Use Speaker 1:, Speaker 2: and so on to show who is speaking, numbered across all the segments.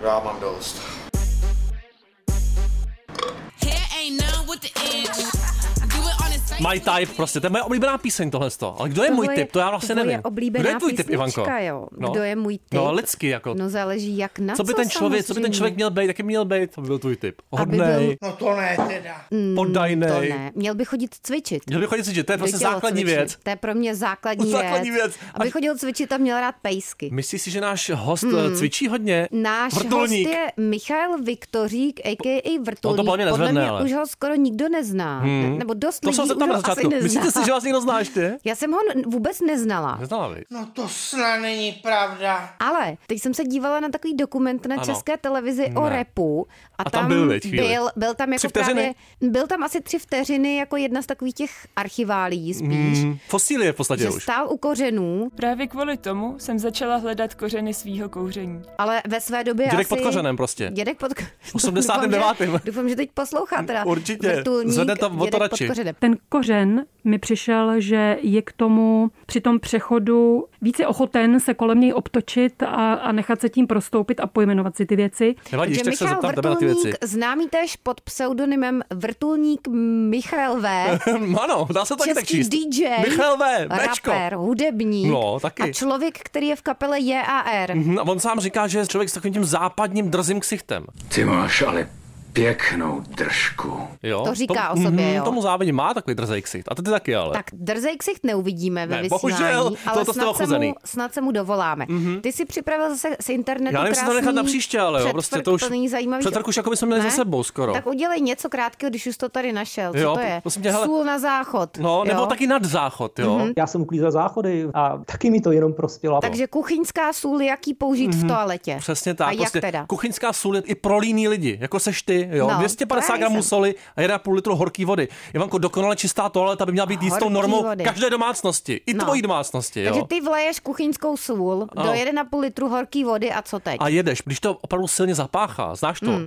Speaker 1: Já mám dost.
Speaker 2: My Type prostě, to je moje oblíbená píseň tohle Ale kdo je můj
Speaker 3: Tohle
Speaker 2: typ, to já vlastně
Speaker 3: tohle
Speaker 2: nevím.
Speaker 3: Je oblíbená
Speaker 2: kdo je tvůj typ,
Speaker 3: písnička,
Speaker 2: Ivanko?
Speaker 3: Jo.
Speaker 2: No.
Speaker 3: Kdo je můj typ?
Speaker 2: No, lidsky jako.
Speaker 3: No záleží jak na
Speaker 2: co by ten člověk, co by ten člověk
Speaker 3: samozřejmě.
Speaker 2: měl být, jaký měl být, to by byl tvůj typ.
Speaker 3: Aby byl- Mm,
Speaker 2: Hodnej,
Speaker 1: No to ne teda.
Speaker 3: To
Speaker 2: poddajnej.
Speaker 3: ne. Měl by chodit cvičit.
Speaker 2: Měl by chodit cvičit, to je prostě
Speaker 3: By chtěl
Speaker 2: základní
Speaker 3: cvičit.
Speaker 2: věc.
Speaker 3: To je pro mě základní,
Speaker 2: Základní věc.
Speaker 3: Aby
Speaker 2: Až-
Speaker 3: chodil cvičit a měl rád pejsky.
Speaker 2: Myslíš si, že náš host eh, cvičí hodně?
Speaker 3: Hmm. Náš
Speaker 2: Vrtulník.
Speaker 3: host je Michal Viktořík, a.k.a. Vrtulník.
Speaker 2: podle mě nezvedne,
Speaker 3: mě
Speaker 2: ale. Hmm.
Speaker 3: už ho skoro nikdo nezná. Ne- Nebo dost
Speaker 2: To
Speaker 3: lidí
Speaker 2: jsem se
Speaker 3: už
Speaker 2: tam na
Speaker 3: ho asi
Speaker 2: začátku.
Speaker 3: nezná.
Speaker 2: Myslíte si, že vás někdo znáš ty?
Speaker 3: Já jsem ho n- vůbec neznala.
Speaker 2: Neznala vy.
Speaker 1: No to snad není pravda.
Speaker 3: Ale teď jsem se dívala na takový dokument na
Speaker 2: Ano.
Speaker 3: ano. české televizi ne. o
Speaker 2: Ne.
Speaker 3: repu a,
Speaker 2: A tam byl, viď, chvíli.
Speaker 3: byl, byl tam
Speaker 2: Tři
Speaker 3: jako
Speaker 2: vteřiny?
Speaker 3: právě, byl tam asi tři vteřiny jako jedna z takových těch archiválí spíš,
Speaker 2: Mm, Fosílie v podstatě
Speaker 3: že
Speaker 2: už.
Speaker 3: stál u kořenů,
Speaker 4: Právě kvůli tomu jsem začala hledat kořeny svýho kouření.
Speaker 3: ale ve své době
Speaker 2: Dědek
Speaker 3: asi...
Speaker 2: pod kořenem prostě.
Speaker 3: Dědek pod ko-
Speaker 2: 89..
Speaker 3: Doufám, že, doufám, že teď poslouchá teda
Speaker 2: Mm, Určitě.
Speaker 3: vrtulník
Speaker 2: Zvedne to
Speaker 3: Dědek pod
Speaker 2: votorači.
Speaker 3: kořenem.
Speaker 5: Ten kořen mi přišel, že je k tomu při tom přechodu více ochoten se kolem něj obtočit a, a nechat se tím prostoupit a pojmenovat si ty věci.
Speaker 2: Nevadí,
Speaker 3: Takže
Speaker 2: ještě se
Speaker 3: Michal
Speaker 2: zeptám tebe na ty věci.
Speaker 3: Vrtulník, známý též pod pseudonymem Vrtulník Michal V.
Speaker 2: ano, dá se to taky tak
Speaker 3: Český
Speaker 2: číst.
Speaker 3: DJ,
Speaker 2: Michal V, Bčko.
Speaker 3: rapper, hudebník
Speaker 2: No, taky.
Speaker 3: a člověk, který je v kapele JAR.
Speaker 2: Mhm, a On sám říká, že je člověk s takovým tím západním drzým ksichtem.
Speaker 6: Ty máš ale pěknou držku.
Speaker 2: Jo?
Speaker 3: To říká o sobě,
Speaker 2: mhm,
Speaker 3: jo.
Speaker 2: Tomu závidím, má takový drzý ksicht. A ty, ty taky, ale.
Speaker 3: Tak drzej ksicht neuvidíme ve
Speaker 2: Ne,
Speaker 3: vysílání,
Speaker 2: bohužel,
Speaker 3: ale
Speaker 2: tohoto jste
Speaker 3: snad, se mu,
Speaker 2: ochuzený.
Speaker 3: snad se mu dovoláme. Mm-hmm. Ty si připravil zase z internetu
Speaker 2: Mhm. Já nevím, jestli to
Speaker 3: krásný
Speaker 2: nechat na příště, ale jo, prostě to už-
Speaker 3: předfrk- zajímavý...
Speaker 2: předfrk už jako by jsme měli
Speaker 3: Ne?
Speaker 2: za sebou skoro.
Speaker 3: Tak udělej něco krátkého, když už to tady našel. Co
Speaker 2: Jo,
Speaker 3: to je?
Speaker 2: prosím tě, hele-
Speaker 3: Sůl na záchod.
Speaker 2: No, nebo
Speaker 3: jo? Mhm.
Speaker 2: taky nad záchod, jo.
Speaker 7: Já jsem uklízel záchody a taky mi to jenom prospělo.
Speaker 3: Takže kuchyňská sůl, jak ji použít v toaletě.
Speaker 2: Mhm. Přesně tak.
Speaker 3: A jak
Speaker 2: prostě
Speaker 3: teda?
Speaker 2: Kuchyňská sůl je i pro líný lidi, jako seš ty, jo.
Speaker 3: No, to
Speaker 2: 250
Speaker 3: já
Speaker 2: gramů
Speaker 3: nejsem.
Speaker 2: soli a 1,5 litru horký vody. Ivanko, dokonale čistá toaleta by měla být jistou
Speaker 3: Horký
Speaker 2: normou
Speaker 3: vody.
Speaker 2: každé domácnosti. I
Speaker 3: No.
Speaker 2: tvojí domácnosti, jo.
Speaker 3: Takže ty vleješ kuchyňskou sůl do
Speaker 2: Ano.
Speaker 3: 1,5 litru horký vody a co teď?
Speaker 2: A jedeš, když to opravdu silně zapáchá, znáš to? Mm.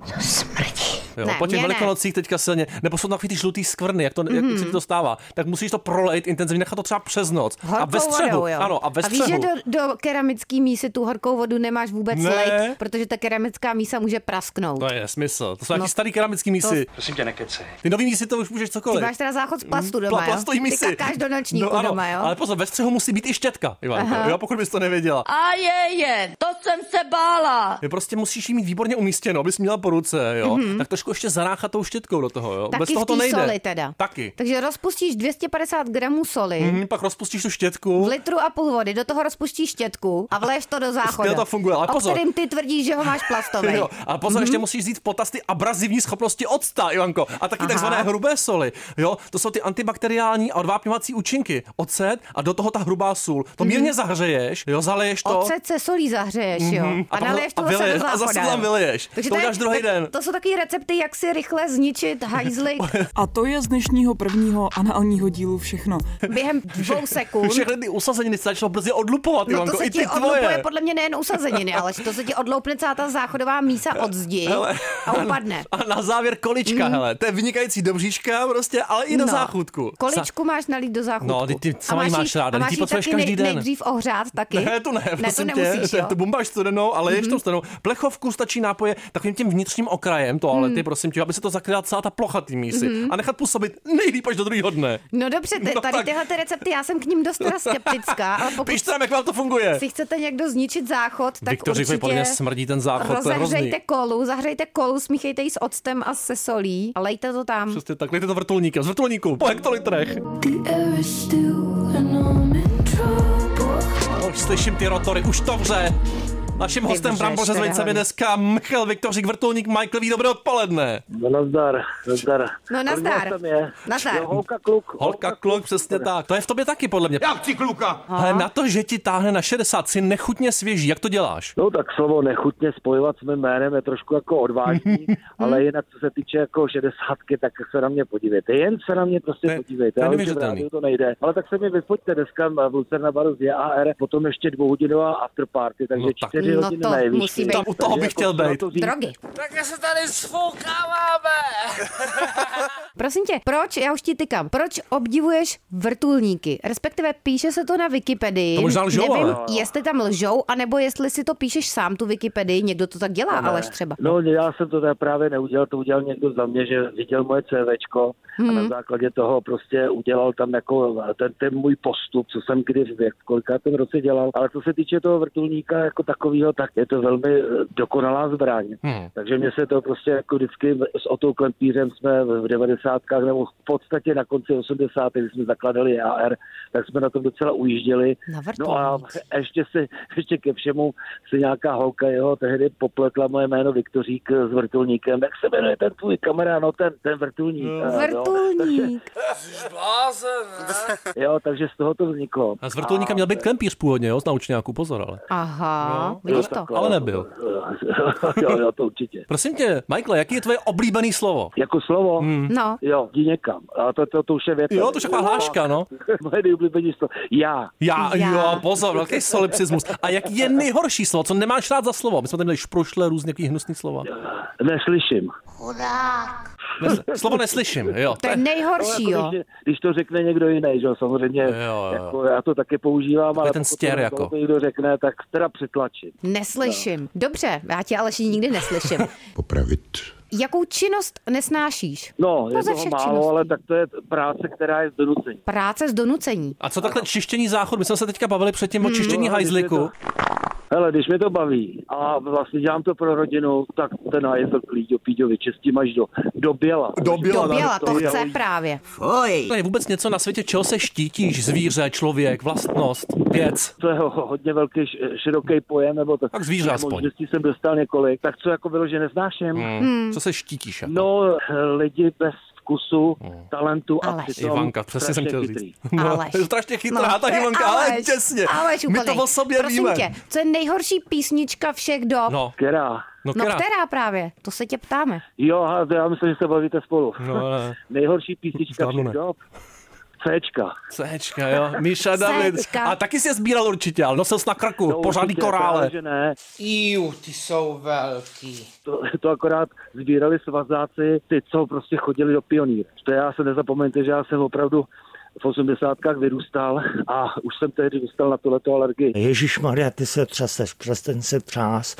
Speaker 2: Jo,
Speaker 3: Hmm. Ne,
Speaker 2: po těch
Speaker 3: mě ne.
Speaker 2: velikonocích teďka silně, nebo jsou takový ty žlutý skvrny, jak, to, mm-hmm. jak se
Speaker 3: Hmm.
Speaker 2: ti to stává, tak musíš to prolejt intenzivně, nechat to třeba přes noc. a ve střehu,
Speaker 3: vodou, jo.
Speaker 2: ano, a ve
Speaker 3: víš,
Speaker 2: střehu.
Speaker 3: že do, do keramický mísy tu horkou vodu nemáš vůbec
Speaker 2: Ne.
Speaker 3: lejt, protože ta keramická mísa může prasknout.
Speaker 2: To je smysl. To jsou
Speaker 3: No.
Speaker 2: no, nějaký starý keramický mísy.
Speaker 6: Prosím tě, nekecej.
Speaker 2: Ty nový mísy to už můžeš
Speaker 3: Ty
Speaker 2: cokoliv.
Speaker 3: máš teda záchod z plastu doma,
Speaker 2: Mm, Pla- plastový
Speaker 3: jo?
Speaker 2: mísy. No,
Speaker 3: Ty kakáš do nočníku
Speaker 2: ano,
Speaker 3: doma, jo?
Speaker 2: Ale pozor, ve střehu musí být i štětka, Ivanko, jo, pokud bys to nevěděla.
Speaker 8: A je, je, to jsem se bála.
Speaker 2: Ty prostě musíš jí mít výborně umístěno, abys měla po ruce, jo. Mm-hmm. Tak trošku ještě zaráchat tou štětkou do toho, jo.
Speaker 3: Mhm. Taky
Speaker 2: Bez toho
Speaker 3: v té
Speaker 2: to nejde.
Speaker 3: soli teda.
Speaker 2: Taky.
Speaker 3: Takže rozpustíš 250 gramů soli,
Speaker 2: Mm, pak rozpustíš tu štětku.
Speaker 3: v litru a půl vody, do toho rozpustíš štětku a vleješ to do záchodu.
Speaker 2: Skvěle to funguje, ale
Speaker 3: o
Speaker 2: pozor.
Speaker 3: kterým ty tvrdíš, že ho máš plastový.
Speaker 2: Jo, a pozor, mm-hmm. ještě
Speaker 3: Mhm.
Speaker 2: musíš vzít v potaz ty abrazivní schopnosti octa, Ivanko, a taky
Speaker 3: Aha.
Speaker 2: takzvané hrubé soli. Jo, to jsou ty antibakteriální a odvápňovací účinky. Ocet a do toho ta hrubá sůl. To mírně zahřeješ, jo, zaleješ to.
Speaker 3: Mhm. Ocet se solí zahřeješ, jo.
Speaker 2: Mhm.
Speaker 3: A,
Speaker 2: A pak-
Speaker 3: naliješ to
Speaker 2: a
Speaker 3: zase do
Speaker 2: vyleješ. A
Speaker 3: záchoda.
Speaker 2: zase to tam
Speaker 3: jo.
Speaker 2: vyleješ. To
Speaker 3: je-
Speaker 2: uděláš druhý
Speaker 3: tak-
Speaker 2: den.
Speaker 3: To jsou taky recepty, jak si rychle zničit hajzlik
Speaker 9: A to je z dnešního prvního análního dílu všechno.
Speaker 3: během dvou sekund.
Speaker 2: Všechny ty usazeniny se začnou brzy odlupovat,
Speaker 3: No
Speaker 2: Ivanko,
Speaker 3: to se
Speaker 2: i
Speaker 3: ti
Speaker 2: ty
Speaker 3: odloupuje
Speaker 2: tvoje.
Speaker 3: podle mě nejen usazeniny, ale to se ti odloupne celá ta záchodová mísa od zdi a upadne. Mhm.
Speaker 2: A na závěr količka, mm. hele, to je vynikající do bříška prostě, ale i do
Speaker 3: No.
Speaker 2: záchutku.
Speaker 3: Količku máš nalít do záchutku.
Speaker 2: No, ty- ty
Speaker 3: A
Speaker 2: sama ji máš
Speaker 3: jí-
Speaker 2: ráda, ty
Speaker 3: a máš
Speaker 2: ji
Speaker 3: jí
Speaker 2: potřebuješ
Speaker 3: taky nej-
Speaker 2: každý den.
Speaker 3: Nejdřív ohřát taky.
Speaker 2: Ne, to ne,
Speaker 3: ne to
Speaker 2: prosím
Speaker 3: nemusíš,
Speaker 2: tě,
Speaker 3: jo? Mhm.
Speaker 2: to, to bumbáš studenou, ale ještě mm-hmm. studenou. Plechovku stačí nápoje takovým tím vnitřním okrajem toalety,
Speaker 3: Mhm.
Speaker 2: mm. prosím tě, aby se to zakryla celá ta plocha té mísy mm-hmm. a nechat působit nejlíp až do druhého dne.
Speaker 3: No dobře, ty,
Speaker 2: No
Speaker 3: tady
Speaker 2: tak.
Speaker 3: tyhle ty recepty, já jsem k ním dost teda skeptická, ale pokud
Speaker 2: Píšte nám, jak vám to funguje.
Speaker 3: si chcete někdo zničit záchod, tak
Speaker 2: Viktoři,
Speaker 3: určitě...
Speaker 2: podle mě smrdí ten záchod, to je hrozný.
Speaker 3: Rozehřejte kolu, zahřejte kolu, smíchejte ji s octem a se solí a lejte to tam.
Speaker 2: Přesně tak, lejte to vrtulníkem, z vrtulníku, po hektolitrech. Už slyším ty rotory, už to vře. Naším hostem
Speaker 3: vřeš,
Speaker 2: Bramboře s
Speaker 3: teda
Speaker 2: vejcem je
Speaker 3: hodně.
Speaker 2: dneska Michal Viktořík, vrtulník Michael, ví dobré odpoledne.
Speaker 10: No nazdar, nazdar.
Speaker 3: No
Speaker 10: Poznal
Speaker 3: nazdar.
Speaker 10: jsem je.
Speaker 3: Nazdar.
Speaker 10: Jo, holka, kluk.
Speaker 2: Holka, kluk, přesně tak. To je v tobě taky, podle mě.
Speaker 6: Já chci kluka!
Speaker 2: Ale na to, že ti táhne na 60, si nechutně svěží. Jak to děláš?
Speaker 10: No tak slovo nechutně spojovat s mým jménem je trošku jako odvážný, ale jinak co se týče jako šedesátky, tak se na mě podívejte. Jen se na mě prostě
Speaker 2: To je- to
Speaker 10: podívejte.
Speaker 2: je
Speaker 10: Já vím, že v
Speaker 2: neuvěřitelný.
Speaker 10: rádiu to nejde. Ale tak se mi vyfoďte dneska v Lucerna Baru z JAR, potom ještě dvouhodinová afterparty, takže
Speaker 2: No tak
Speaker 10: čtyři tři
Speaker 3: No
Speaker 10: hodiny
Speaker 3: to
Speaker 10: nejvíc. jako
Speaker 3: musí být.
Speaker 2: Tam u toho bych chtěl být.
Speaker 3: Drogy.
Speaker 1: Tak se tady sfoukáváme.
Speaker 3: Prosím tě, proč, já už ti tykám, proč obdivuješ vrtulníky? Respektive píše se to na Wikipedii.
Speaker 2: To možná lžou,
Speaker 3: Nevím,
Speaker 2: ale.
Speaker 3: jestli tam lžou, anebo jestli si to píšeš sám tu Wikipedii, někdo to tak dělá, ale třeba.
Speaker 10: No, já jsem to teda právě neudělal, to udělal někdo za mě, že viděl moje CVčko a
Speaker 3: Hmm.
Speaker 10: na základě toho prostě udělal tam jako ten, ten můj postup, co jsem kdy v jak- v kolikátém roce dělal. Ale co se týče toho vrtulníka jako takového, tak je to velmi eh, dokonalá zbraň.
Speaker 2: Hmm.
Speaker 10: Takže mě se to prostě jako vždycky s Otou Klempířem jsme v 90. nebo v podstatě na konci 80. když jsme zakladali AR, tak jsme na tom docela ujížděli.
Speaker 3: Na
Speaker 10: No a
Speaker 3: vrtulník.
Speaker 10: ještě, se, ještě ke všemu se nějaká holka jeho tehdy popletla moje jméno Viktorík s vrtulníkem. Jak se jmenuje ten tvůj kamarád? No ten, ten vrtulník. eh, No. Takže,
Speaker 3: Vrtulník.
Speaker 10: jo, takže z toho to vzniklo.
Speaker 2: A z vrtulníka měl být klempíř původně, jo, z naučňáku, pozor, ale.
Speaker 3: Aha,
Speaker 2: No,
Speaker 3: vidíš to?
Speaker 2: Ale nebyl.
Speaker 10: jo, jo, to určitě.
Speaker 2: Prosím tě, Michael, jaký je tvoje oblíbený slovo?
Speaker 10: Jako slovo?
Speaker 3: No,
Speaker 10: Jo, jdi někam. A to, to, to už je věta.
Speaker 2: Hmm. Jo, to je taková hláška, no.
Speaker 10: Moje nejoblíbenější slovo. Já.
Speaker 2: Já,
Speaker 3: Já.
Speaker 2: jo, pozor, velký solipsismus. A jaký je nejhorší slovo, co nemáš rád za slovo? My jsme tady měli šprošle různě jaký hnusný slova.
Speaker 10: Neslyším.
Speaker 2: Nes, slovo neslyším, jo.
Speaker 3: to je nejhorší,
Speaker 10: jako,
Speaker 3: jo.
Speaker 10: Když, když to řekne někdo jiný, že jo, samozřejmě,
Speaker 2: Jo, jo.
Speaker 10: Jako, já to taky používám, ale
Speaker 2: ten
Speaker 10: pokud to
Speaker 2: stěr
Speaker 10: na
Speaker 2: jako.
Speaker 10: to někdo řekne, tak teda přitlačím. No.
Speaker 3: Neslyším. Dobře, já tě ale nikdy neslyším.
Speaker 6: Popravit.
Speaker 3: Jakou činnost nesnášíš?
Speaker 10: No,
Speaker 3: No,
Speaker 10: je
Speaker 3: ze
Speaker 10: toho
Speaker 3: všech
Speaker 10: málo,
Speaker 3: činností.
Speaker 10: ale tak to je práce, která je z donucení.
Speaker 3: Práce z donucení.
Speaker 2: A co takhle čištění záchodu? My jsme se teďka bavili předtím o čištění
Speaker 10: No, je
Speaker 2: hajzliku.
Speaker 10: Hele, když mě to baví a vlastně dělám to pro rodinu, tak ten je to klíďo, píďo, vyčistím až do, do běla.
Speaker 2: Do běla,
Speaker 3: Doběla, to
Speaker 10: je-
Speaker 3: chce právě.
Speaker 2: Je vůbec něco na světě, čeho se štítíš? Zvíře, člověk, vlastnost, věc.
Speaker 10: To je ho- hodně velký, š- široký pojem, nebo to.
Speaker 2: Tak zvíře aspoň.
Speaker 10: Možností jsem dostal několik, tak co jako bylo, že neznáším?
Speaker 2: Hmm. Co se štítíš? Jako?
Speaker 10: No, lidi bez vkusu, talentu a
Speaker 3: Aleš.
Speaker 10: přitom
Speaker 2: Hmm. Ivanka, přesně jsem
Speaker 10: no, strašně
Speaker 2: chtěl
Speaker 10: chytrý.
Speaker 2: říct. No,
Speaker 3: Aleš.
Speaker 2: je strašně chytrá ta
Speaker 3: No, to je
Speaker 2: Ivanka, ale těsně.
Speaker 3: Aleš
Speaker 2: My
Speaker 3: úplnej.
Speaker 2: to o sobě
Speaker 3: Prosím
Speaker 2: víme.
Speaker 3: Tě, co je nejhorší písnička všech dob?
Speaker 2: No,
Speaker 10: Která?
Speaker 2: no,
Speaker 3: no
Speaker 2: která?
Speaker 3: která právě? To se tě ptáme.
Speaker 10: Jo, a to já myslím, že se bavíte spolu.
Speaker 2: No, ne.
Speaker 10: Nejhorší písnička
Speaker 2: Žádnou
Speaker 10: všech
Speaker 2: ne.
Speaker 10: dob. Cčka.
Speaker 2: Cčka, jo. Míša David.
Speaker 3: Cčka.
Speaker 2: A taky jsi je sbíral určitě, ale nosil jsi na kraku, pořádný
Speaker 10: No, určitě,
Speaker 2: korále.
Speaker 10: právě, prostě jako Že ne.
Speaker 1: Jú, ty jsou velký.
Speaker 10: To, to, akorát sbírali svazáci, ty, co prostě chodili do pionír. To já se nezapomeňte, že já jsem opravdu v osmdesátkách vyrůstal a už jsem tehdy dostal na tohleto alergii.
Speaker 11: Ježíš Maria, ty se třeseš, přestaň se třás.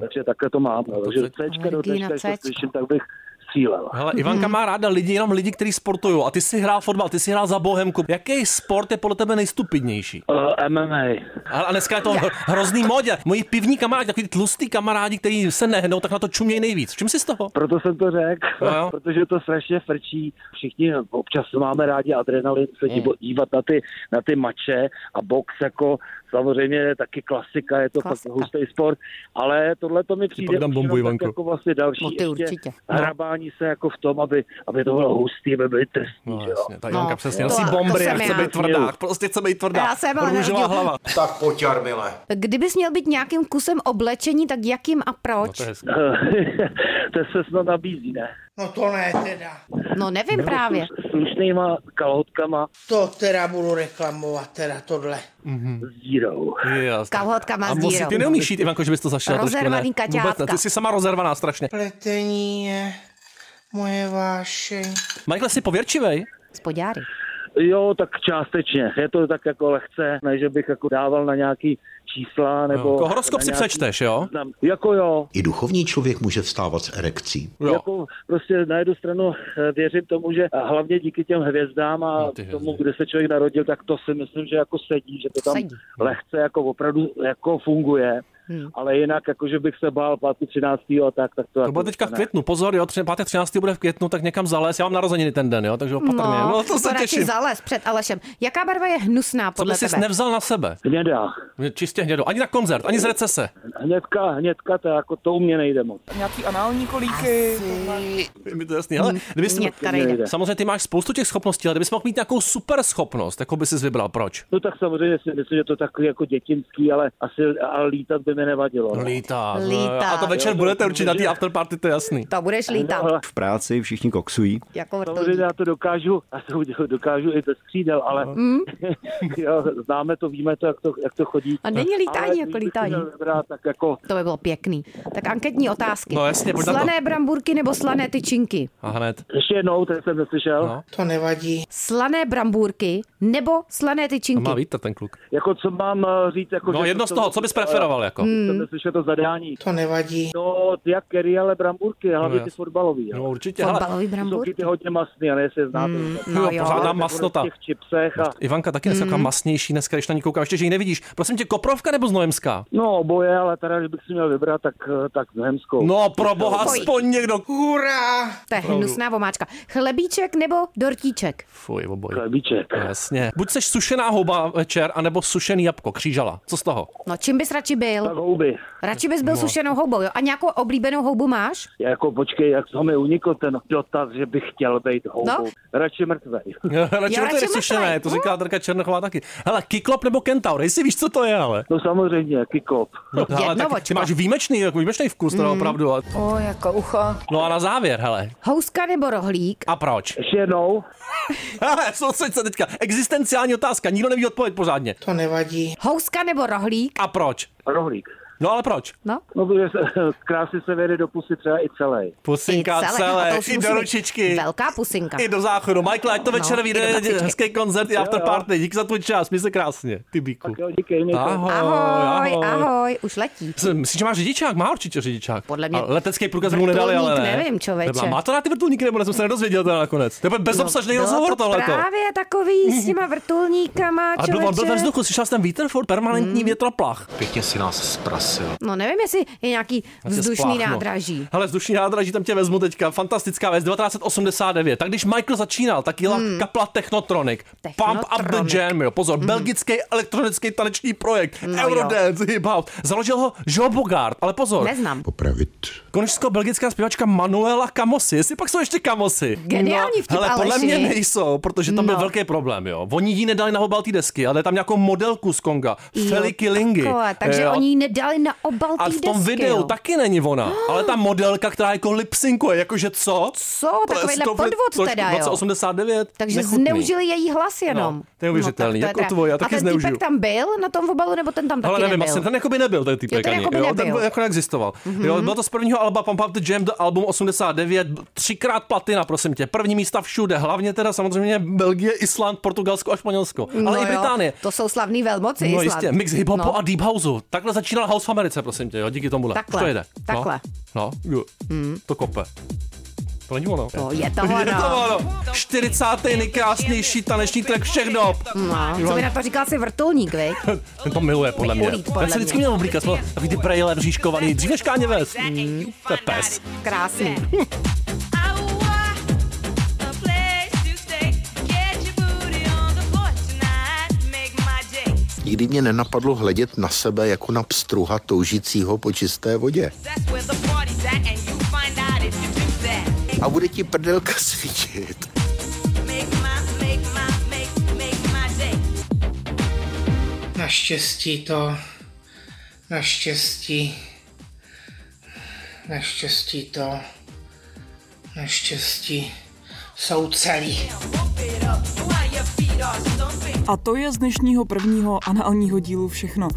Speaker 10: Takže takhle to mám. No, takže Cčka do
Speaker 3: Alergii na
Speaker 10: Cčka, když to
Speaker 3: Cčko.
Speaker 10: slyším, tak bych střílel.
Speaker 2: Hele, Ivanka
Speaker 3: Mhm.
Speaker 2: má ráda lidi, jenom lidi, kteří sportují. A ty si hrál fotbal, ty si hrál za Bohemku. Jaký sport je podle tebe nejstupidnější?
Speaker 10: Uh, MMA.
Speaker 2: Ale- A dneska je to hro- hrozný modě. Moji pivní kamarádi, takový tlustý kamarádi, kteří se nehnou, tak na to čumějí nejvíc. V čem jsi z toho?
Speaker 10: Proto jsem to řekl,
Speaker 2: No jo.
Speaker 10: protože to strašně frčí. Všichni občas máme rádi adrenalin, se
Speaker 2: Hmm.
Speaker 10: dívo- dívat na ty, na ty mače a box jako samozřejmě je taky klasika, je to
Speaker 3: Klasika.
Speaker 10: klasika. fakt hustý sport, ale tohle to mi přijde
Speaker 2: pak dám
Speaker 10: už
Speaker 2: bombu,
Speaker 10: jenom tak
Speaker 2: Ivanko.
Speaker 10: jako vlastně další
Speaker 3: No ty
Speaker 10: ještě
Speaker 3: určitě.
Speaker 10: hrabání se jako v tom, aby, aby to bylo hustý, aby byly trstní.
Speaker 2: No,
Speaker 10: že jo.
Speaker 2: jasně, ta Ivanka
Speaker 3: No,
Speaker 2: přesně
Speaker 3: to-
Speaker 2: nosí
Speaker 3: to
Speaker 2: bombry
Speaker 3: jsem
Speaker 2: a chce
Speaker 3: já.
Speaker 2: být tvrdá. Prostě chce být tvrdá.
Speaker 3: Já jsem ale
Speaker 2: Růžová
Speaker 3: neviděl.
Speaker 2: hlava.
Speaker 6: Tak pojď, Jarmile.
Speaker 3: Kdybys měl být nějakým kusem oblečení, tak jakým a proč?
Speaker 2: To je hezký.
Speaker 3: No,
Speaker 10: to se snad nabízí, ne?
Speaker 1: No to ne teda.
Speaker 3: No, nevím právě.
Speaker 10: Slušnýma kalhotkama
Speaker 1: To teda budu reklamovat, teda tohle.
Speaker 10: s dírou.
Speaker 2: Jasně.
Speaker 3: Kalhotkama
Speaker 2: a
Speaker 3: s
Speaker 2: musí,
Speaker 3: dírou.
Speaker 2: ty neumíš jít, Ivanko, že bys to zašla
Speaker 3: Rozervaný
Speaker 2: trošku, ne? Vůbec ne,
Speaker 3: kaťátka.
Speaker 2: ty jsi sama rozervaná strašně.
Speaker 1: Pletení je moje vášeň.
Speaker 2: Michael, jsi pověrčivej?
Speaker 3: Spodňáry.
Speaker 10: Jo, tak částečně. Je to tak jako lehce, ne, že bych jako dával na nějaký čísla nebo...
Speaker 2: Jako horoskop
Speaker 10: na
Speaker 2: si přečteš, no? jo?
Speaker 10: Znam- Jako jo,
Speaker 6: I duchovní člověk může vstávat s erekcí.
Speaker 10: jo, jako prostě na jednu stranu eh, věřím tomu, že a hlavně díky těm hvězdám a
Speaker 2: No, ty
Speaker 10: tomu,
Speaker 2: hvězdy.
Speaker 10: kde se člověk narodil, tak to si myslím, že jako sedí, že to tam
Speaker 3: Sedí.
Speaker 10: lehce jako opravdu jako funguje.
Speaker 3: Hmm.
Speaker 10: Ale jinak, jako že bych se bál pátku 13. a tak, tak to,
Speaker 2: To
Speaker 10: jako
Speaker 2: bude teďka v
Speaker 10: ne.
Speaker 2: květnu, pozor, jo, tři- pátek 13. bude v květnu, tak někam zales, já mám narozeniny ten den, jo, takže opatrně. No, to se
Speaker 3: radši
Speaker 2: těším.
Speaker 3: zales před Alešem. Jaká barva je hnusná
Speaker 2: Co by
Speaker 3: podle
Speaker 2: jsi
Speaker 3: tebe?
Speaker 2: nevzal na sebe?
Speaker 10: Hnědá.
Speaker 2: Čistě hnědo. Ani na koncert, ani z recese.
Speaker 10: Hnědka, hnědka, to, jako, to u mě nejde moc.
Speaker 9: Nějaký anální kolíky.
Speaker 2: Je mi to jasný, ale kdyby jsi...
Speaker 3: Mně tady jde.
Speaker 2: Samozřejmě ty máš spoustu těch schopností, ale kdybys mohl mít nějakou super schopnost, jako by jsi vybral, proč?
Speaker 10: No tak samozřejmě si myslím, že to takový jako dětinský, ale asi ale lítat by by mi nevadilo.
Speaker 2: No, lítá.
Speaker 3: Lítá.
Speaker 2: A to večer budete určitě na té afterparty, to je jasný.
Speaker 3: To budeš lítat.
Speaker 12: V práci všichni koksují.
Speaker 3: Jako vrtulník.
Speaker 10: Samozřejmě já No, to dokážu, já to uděl- dokážu i bez křídel, ale
Speaker 2: Mhm.
Speaker 3: Mm.
Speaker 10: jo, známe to, víme to, jak to, jak to chodí.
Speaker 3: A není lítání
Speaker 10: Ale
Speaker 3: jako
Speaker 10: kdybych
Speaker 3: lítání.
Speaker 10: si měl vybrat, tak jako
Speaker 3: To by bylo pěkný. Tak anketní otázky.
Speaker 10: No jasně, pojď na to.
Speaker 3: slané bramburky nebo slané tyčinky?
Speaker 2: A hned.
Speaker 10: Ještě jednou, ten jsem neslyšel. No.
Speaker 1: To nevadí.
Speaker 3: Slané bramburky nebo slané tyčinky?
Speaker 2: Má vítr ten kluk.
Speaker 10: Jako co mám eh, říct? Jako,
Speaker 2: No,
Speaker 10: že
Speaker 2: jedno z
Speaker 10: to-
Speaker 2: toho, co bys preferoval, jako?
Speaker 10: Jsem
Speaker 2: Hmm.
Speaker 10: neslyšel to zadání.
Speaker 1: To nevadí.
Speaker 10: No, jak kery, ale bramburky, hlavně
Speaker 2: No,
Speaker 10: ty
Speaker 2: jas-
Speaker 10: fotbalový. No
Speaker 2: určitě, hele. Fotbalový
Speaker 10: bramburky. ty hodně masný, a ne se znáte. Mm,
Speaker 2: no jo. pořádná masnota.
Speaker 10: V těch čipsech a...
Speaker 2: Ivanka taky dneska
Speaker 10: Mm.
Speaker 2: taková masnější, dneska, když na ní koukám, ještě, že ji nevidíš. Prosím tě, Koprovka nebo Znojemská?
Speaker 10: No, oboje, ale teda, když bych si měl vybrat, tak, eh, tak Nohemskou.
Speaker 2: No, pro boha,
Speaker 3: Fuj.
Speaker 2: aspoň někdo.
Speaker 1: Hurá!
Speaker 3: To je
Speaker 2: no.
Speaker 3: hnusná vomáčka. Chlebíček nebo dortíček?
Speaker 2: Fuj, oboj.
Speaker 10: Chlebíček.
Speaker 2: Jasně. Buď seš sušená houba večer, anebo sušený jabko, křížala. Co z toho?
Speaker 3: No čím bys radši byl? Tak
Speaker 10: houby.
Speaker 3: Radši bys byl
Speaker 10: No.
Speaker 3: sušenou houbou, jo? A nějakou oblíbenou houbu máš?
Speaker 10: Jako počkej, jak to mi unikl ten dotaz, že bych chtěl být houbou. No? Radši mrtvej.
Speaker 2: radši
Speaker 10: radši
Speaker 2: to je sušené,
Speaker 3: No.
Speaker 2: to říká Drka Černochová taky. Hele, Kiklop nebo Kentaur, jestli víš, co to je, ale.
Speaker 10: No samozřejmě, Kiklop.
Speaker 2: No, hele,
Speaker 3: Jedno
Speaker 2: tak ty máš výjimečný, jako výjimečný vkus, to
Speaker 3: Mm.
Speaker 2: mm. opravdu. ale-
Speaker 3: O, jako ucho.
Speaker 2: No a na závěr, hele.
Speaker 3: Houska nebo rohlík?
Speaker 2: A proč?
Speaker 10: Ještě jednou.
Speaker 2: Hele, soustřed se teďka. Existenciální otázka, nikdo neví odpověď pořádně.
Speaker 1: To nevadí.
Speaker 3: Houska nebo rohlík?
Speaker 2: A proč?
Speaker 10: Rohlík.
Speaker 2: No ale proč?
Speaker 3: No.
Speaker 10: No, protože se- krásně se vede do pusy třeba i celej.
Speaker 2: Pusinka
Speaker 3: celé, a to
Speaker 2: celé,
Speaker 3: už
Speaker 2: i
Speaker 3: musí
Speaker 2: do
Speaker 3: být
Speaker 2: ručičky.
Speaker 3: Velká pusinka.
Speaker 2: I do záchodu. Michael, ať to večer
Speaker 3: No, i do
Speaker 2: vyjde
Speaker 3: kafičky.
Speaker 2: hezký koncert i
Speaker 3: Jo,
Speaker 2: after
Speaker 3: jo.
Speaker 2: party. Díky za tvůj čas, měj se krásně, ty bíku.
Speaker 10: Díky, mějte.
Speaker 2: Ahoj,
Speaker 3: Ahoj,
Speaker 2: ahoj.
Speaker 3: ahoj, už letí.
Speaker 2: Co, Myslíš, že má řidičák? Má určitě řidičák. Podle
Speaker 3: mě
Speaker 2: letecký průkaz mu nedali,
Speaker 3: vrtulník,
Speaker 2: ale ne.
Speaker 3: nevím, člověče.
Speaker 2: Nebyla- Má to na ty vrtulníky, nebo ne? Jsem se nedozvěděl teda nakonec. To je bezobsažný
Speaker 3: No, bylo
Speaker 2: rozhovor
Speaker 3: to
Speaker 2: tohleto.
Speaker 3: právě takový s těma vrtulníkama,
Speaker 2: A byl, on byl
Speaker 3: člověče. Hmm.
Speaker 2: ve vzduchu, slyšel jsem ten vítr furt, permanentní větroplach.
Speaker 12: Pěkně si nás zprasil.
Speaker 3: No nevím, jestli je nějaký
Speaker 2: Já tě
Speaker 3: vzdušný
Speaker 2: prostě spláchnu.
Speaker 3: nádraží.
Speaker 2: Hele, vzdušný nádraží, tam tě vezmu teďka. Fantastická věc, 1989. Tak když Michael začínal, tak jela
Speaker 3: Hmm.
Speaker 2: kapla Technotronic. Pump Up the Jam, jo. Pozor, belgický elektronický taneční projekt.
Speaker 12: No
Speaker 2: Eurodance, hip hop. Založil ho Joe Bogart, ale pozor.
Speaker 3: Neznám.
Speaker 2: Popravit. Konečsko-belgická zpěvačka Manuela Kamosy. Jestli pak jsou ještě Kamosy.
Speaker 3: Geniální vtip,
Speaker 2: Ale podle
Speaker 3: Aleši.
Speaker 2: mě nejsou, protože tam byl
Speaker 3: No.
Speaker 2: velký problém, jo. Oni jí nedali na obaltý desky, ale tam nějakou modelku z Konga.
Speaker 3: Jo,
Speaker 2: Feli Kilingi.
Speaker 3: takhle, Jako, takže
Speaker 2: Jo.
Speaker 3: oni ji nedali na obal
Speaker 2: A
Speaker 3: té
Speaker 2: v tom
Speaker 3: desky,
Speaker 2: videu
Speaker 3: jo.
Speaker 2: taky není ona, ale ta modelka, která jako lipsinkuje, jakože co?
Speaker 3: Co? Takovýhle podvod teda, jo.
Speaker 2: 89.
Speaker 3: Takže
Speaker 2: nechutný.
Speaker 3: zneužili její hlas jenom.
Speaker 2: No, to je neuvěřitelný,
Speaker 3: tak to je
Speaker 2: jako
Speaker 3: teda-
Speaker 2: tvoje, já
Speaker 3: A
Speaker 2: taky
Speaker 3: ten
Speaker 2: zneužiju.
Speaker 3: týpek tam byl na tom obalu, nebo ten tam taky
Speaker 2: Ale nevím,
Speaker 3: nebyl?
Speaker 2: asi ten jakoby nebyl ten typek
Speaker 3: Jo, ten
Speaker 2: ani.
Speaker 3: jakoby
Speaker 2: jo, ten
Speaker 3: nebyl.
Speaker 2: byl, jako neexistoval.
Speaker 3: Mhm.
Speaker 2: Jo, bylo to z prvního alba Pump Up the Jam, the album 89, b- třikrát platina, prosím tě. První místa všude, hlavně teda samozřejmě Belgie, Island, Portugalsko a Španělsko. Ale
Speaker 3: No
Speaker 2: i
Speaker 3: jo,
Speaker 2: Británie.
Speaker 3: To jsou slavný velmoci,
Speaker 2: No
Speaker 3: Island.
Speaker 2: jistě, mix hip hopu
Speaker 3: No.
Speaker 2: a deep houseu. Takhle začínal House v Americe, prosím tě, jo, díky tomuhle.
Speaker 3: Takhle,
Speaker 2: Už to jede.
Speaker 3: takhle. Hmm.
Speaker 2: No, no jo. to kope. To není ono.
Speaker 3: To je to ono.
Speaker 2: 40. nejkrásnější taneční track všech dob.
Speaker 3: No, co by na to říkal si vrtulník, viď?
Speaker 2: Ten to miluje, podle mě.
Speaker 3: Ulít, podle
Speaker 2: Ten se vždycky
Speaker 3: mě.
Speaker 2: měl oblíkat, byl takový ty brejle říškovaný, dřív než Káně West. Hmm, To je pes.
Speaker 3: Krásný.
Speaker 13: Nikdy mě nenapadlo hledět na sebe jako na pstruha toužícího po čisté vodě. A bude ti prdelka svítit.
Speaker 1: Naštěstí to, naštěstí, naštěstí to, naštěstí jsou celý.
Speaker 9: A to je z dnešního prvního a neonního dílu všechno.